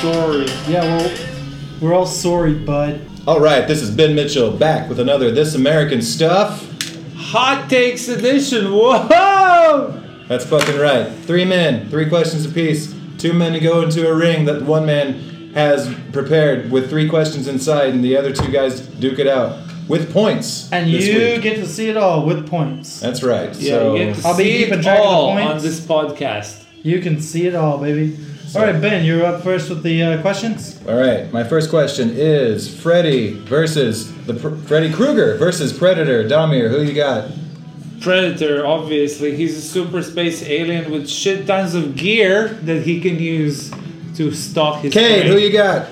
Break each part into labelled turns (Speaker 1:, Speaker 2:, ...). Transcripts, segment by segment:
Speaker 1: sorry. Yeah, well, we're all sorry, bud.
Speaker 2: All right, this is Ben Mitchell back with another This American Stuff.
Speaker 1: Hot Takes Edition. Whoa!
Speaker 2: That's fucking right. Three men, three questions apiece. Two men to go into a ring that one man has prepared with three questions inside, and the other two guys duke it out with points.
Speaker 3: And
Speaker 2: this
Speaker 3: you
Speaker 2: week.
Speaker 3: get to see it all with points.
Speaker 2: That's right.
Speaker 1: Yeah,
Speaker 2: so,
Speaker 1: you get to
Speaker 3: I'll be
Speaker 1: see
Speaker 3: keeping
Speaker 1: it
Speaker 3: track of the
Speaker 1: all on
Speaker 3: points.
Speaker 1: this podcast.
Speaker 3: You can see it all, baby. All right, Ben, you're up first with the uh, questions.
Speaker 2: all right. My first question is Freddy versus the pr- Freddy Krueger versus Predator. Domir, who you got?
Speaker 1: Predator, obviously, he's a super space alien with shit tons of gear that he can use to stalk his.
Speaker 2: Cade,
Speaker 1: prey.
Speaker 2: who you got?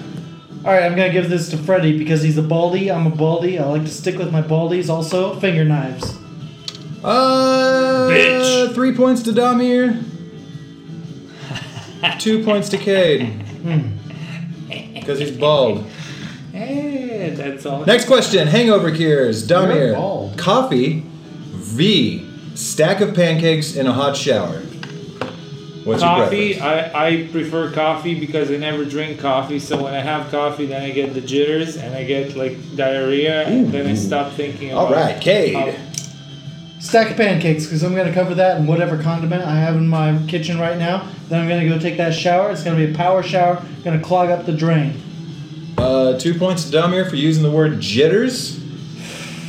Speaker 3: All right, I'm gonna give this to Freddy because he's a baldy. I'm a baldy. I like to stick with my baldies. Also, finger knives.
Speaker 2: Uh,
Speaker 1: Bitch.
Speaker 2: Three points to Domir. Two points to Cade. Because he's bald.
Speaker 1: Eh, that's all.
Speaker 2: Next question Hangover cures.
Speaker 3: You're
Speaker 2: Domir.
Speaker 3: bald.
Speaker 2: Coffee v. Stack of pancakes in a hot shower. What's your
Speaker 1: coffee,
Speaker 2: preference?
Speaker 1: I, I prefer coffee because I never drink coffee. So when I have coffee, then I get the jitters and I get like diarrhea, and then I stop thinking about.
Speaker 2: All right, Cade.
Speaker 1: how-
Speaker 3: Stack of pancakes because I'm gonna cover that in whatever condiment I have in my kitchen right now. Then I'm gonna go take that shower. It's gonna be a power shower. Gonna clog up the drain.
Speaker 2: Uh, two points to Domir for using the word jitters.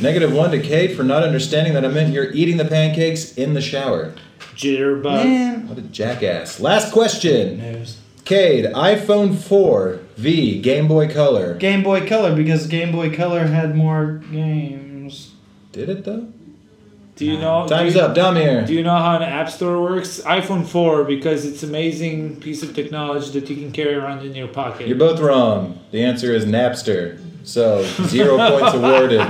Speaker 2: Negative one to Cade for not understanding that I meant you're eating the pancakes in the shower. Uh,
Speaker 1: jitterbug.
Speaker 3: Man,
Speaker 2: What a jackass. Last question.
Speaker 3: knows.
Speaker 2: Cade, iPhone 4 V Game Boy Color.
Speaker 3: Game Boy Color because Game Boy Color had more games.
Speaker 2: Did it though?
Speaker 1: Do you know?
Speaker 2: Time's
Speaker 1: do you,
Speaker 2: up. Dumb
Speaker 1: Do
Speaker 2: here.
Speaker 1: you know how an app store works? iPhone 4 because it's amazing piece of technology that you can carry around in your pocket.
Speaker 2: You're both wrong. The answer is Napster. So zero points awarded.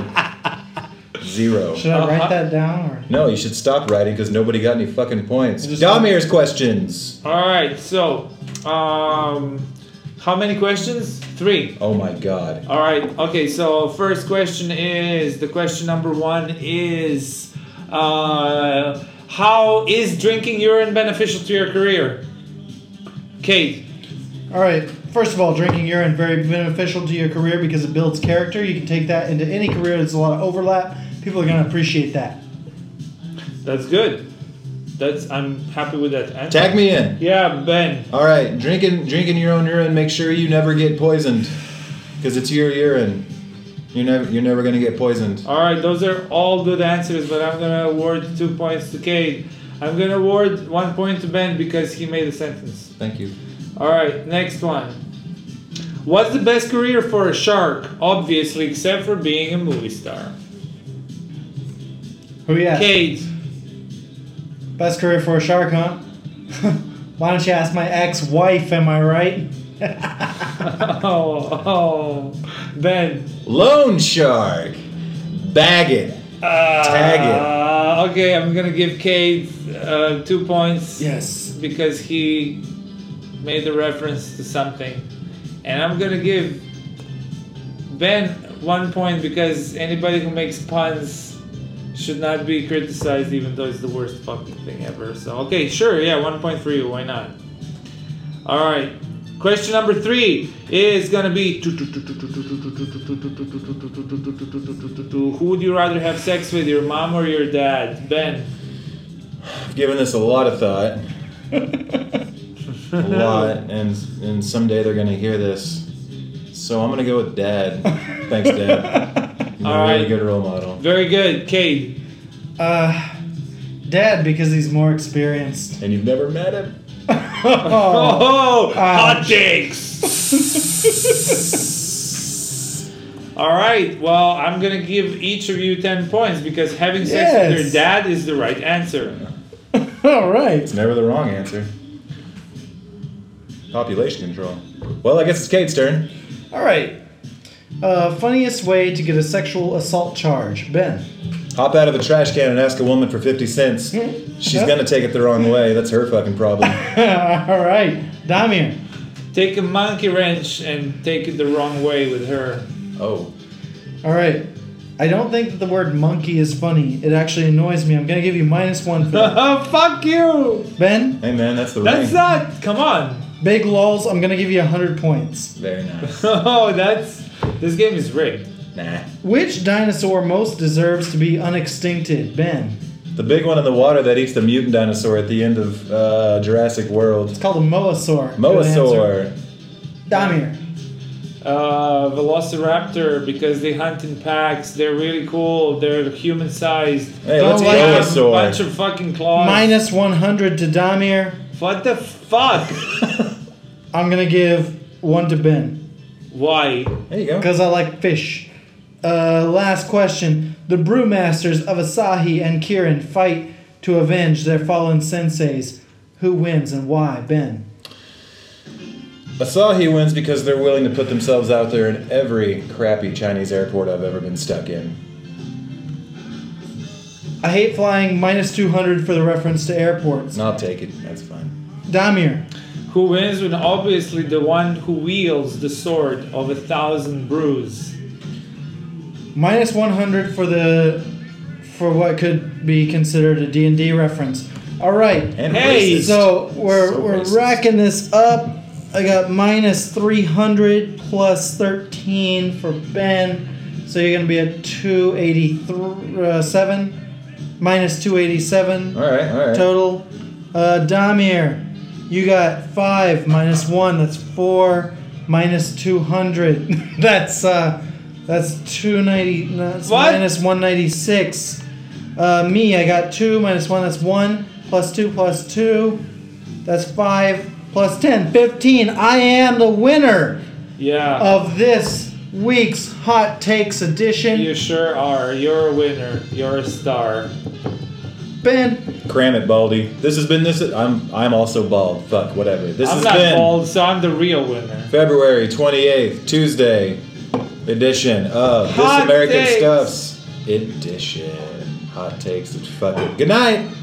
Speaker 2: Zero.
Speaker 3: Should I write that down or?
Speaker 2: No, you should stop writing because nobody got any fucking points.
Speaker 3: Just-
Speaker 2: Damir's questions.
Speaker 1: All right, so um, how many questions? Three.
Speaker 2: Oh my god.
Speaker 1: All right. Okay. So first question is the question number one is uh, how is drinking urine beneficial to your career? Kate.
Speaker 3: All right. First of all, drinking urine very beneficial to your career because it builds character. You can take that into any career. There's a lot of overlap. People are going to appreciate that.
Speaker 1: That's good. That's I'm happy with that. And-
Speaker 2: Tag me in.
Speaker 1: Yeah, Ben.
Speaker 2: All right, drinking drinking your own urine. Make sure you never get poisoned, because it's your urine. You're never you're never gonna get poisoned.
Speaker 1: All right, those are all good answers, but I'm gonna award two points to Cade. I'm gonna award one point to Ben because he made a sentence.
Speaker 2: Thank you.
Speaker 1: All right, next one. What's the best career for a shark? Obviously, except for being a movie star.
Speaker 3: Who yeah?
Speaker 1: Cade.
Speaker 3: Best career for a shark, huh? Why don't you ask my ex-wife? Am I right?
Speaker 1: Oh, oh, Ben.
Speaker 2: Loan Shark. Bag it.
Speaker 1: Uh,
Speaker 2: Tag
Speaker 1: it. Uh, Okay, I'm gonna give Cade uh, two points.
Speaker 3: Yes.
Speaker 1: because he made the reference to something. And I'm gonna give Ben one point because anybody who makes puns should not be criticized, even though it's the worst fucking thing ever. So, okay, sure, yeah, one point for you, why not? Alright, question number three is gonna be Who would you rather have sex with, your mom or your dad? Ben.
Speaker 2: I've given this a lot of thought. a lot, and and someday they're gonna hear this. So I'm gonna go with Dad. Thanks, Dad. You're a
Speaker 1: All
Speaker 2: really
Speaker 1: right.
Speaker 2: good role model,
Speaker 1: Very good, Cade.
Speaker 3: Uh, dad because he's more experienced.
Speaker 2: and you've never met him.
Speaker 3: Oh.
Speaker 1: Oh, hot
Speaker 3: Ouch.
Speaker 1: takes. All right. Well, I'm gonna give each of you ten points because having sex with your
Speaker 3: Yes.
Speaker 1: dad is the right answer.
Speaker 3: All right.
Speaker 2: It's never the wrong answer. Population control. Well, I guess it's Kate's turn.
Speaker 3: All right. Uh, funniest way to get a sexual assault charge, Ben.
Speaker 2: Hop out of a trash can and ask a woman for 50 cents. She's gonna take it the wrong way. That's her fucking problem.
Speaker 3: All right, Damir.
Speaker 1: Take a monkey wrench and take it the wrong way with her.
Speaker 2: Oh.
Speaker 3: All right. I don't think that the word monkey is funny. It actually annoys me. I'm gonna give you minus one for that.
Speaker 1: Fuck you.
Speaker 3: ben.
Speaker 2: Hey man, that's the
Speaker 1: That's
Speaker 2: ring.
Speaker 1: not. Come on.
Speaker 3: Big lols, I'm gonna give you 100 points.
Speaker 2: Very nice.
Speaker 1: oh, that's this game is rigged.
Speaker 2: Nah.
Speaker 3: Which dinosaur most deserves to be unextincted? Ben.
Speaker 2: The big one in the water that eats the mutant dinosaur at the end of uh, Jurassic World.
Speaker 3: It's called a moasaur. Good
Speaker 2: Moasaur.
Speaker 3: answer. Damir.
Speaker 1: Uh, Velociraptor because they hunt in packs. They're really cool. They're human sized.
Speaker 2: Hey,
Speaker 3: Don't
Speaker 2: let's
Speaker 3: like
Speaker 1: a
Speaker 3: him.
Speaker 2: Moasaur.
Speaker 1: bunch of fucking claws.
Speaker 3: Minus 100 to Damir.
Speaker 1: What the fuck?
Speaker 3: I'm gonna give one to Ben
Speaker 1: Why?
Speaker 2: There you go.
Speaker 3: because I like fish. Uh, last question: The brewmasters of Asahi and Kirin fight to avenge their fallen senseis. Who wins and why? Ben.
Speaker 2: Asahi wins because they're willing to put themselves out there in every crappy Chinese airport I've ever been stuck in.
Speaker 3: I hate flying. Minus 200 for the reference to airports.
Speaker 2: And I'll take it. That's fine.
Speaker 3: Damir.
Speaker 1: Who wins when obviously the one who wields the sword of a thousand brews.
Speaker 3: Minus 100 for the for what could be considered a D&D reference. All right.
Speaker 2: And
Speaker 1: Hey,
Speaker 2: racist.
Speaker 3: So we're,
Speaker 2: So
Speaker 3: we're
Speaker 2: racist.
Speaker 3: racking this up. I got minus 300 plus 13 for Ben. So you're going to be at 287. Uh, seven. minus 287
Speaker 2: All right, all right.
Speaker 3: total. Uh, Damir, you got 5 minus 1. That's 4 minus 200. that's uh, that's 290. No, that's
Speaker 1: What?
Speaker 3: minus 196. Uh, me, I got 2 minus 1. That's 1 plus 2 plus 2. That's 5 plus 10. 15. I am the winner
Speaker 1: Yeah.
Speaker 3: of this week's Hot Takes edition.
Speaker 1: you sure are. You're a winner. You're a star.
Speaker 3: Ben,
Speaker 2: Cram it, Baldy. This has been this. I'm I'm also bald. Fuck, whatever. This
Speaker 1: I'm
Speaker 2: has
Speaker 1: not
Speaker 2: been
Speaker 1: bald, so I'm the real winner.
Speaker 2: February 28th, Tuesday edition of This
Speaker 1: Hot
Speaker 2: American
Speaker 1: Takes.
Speaker 2: Stuffs edition. Hot takes. Fuck it. Good night.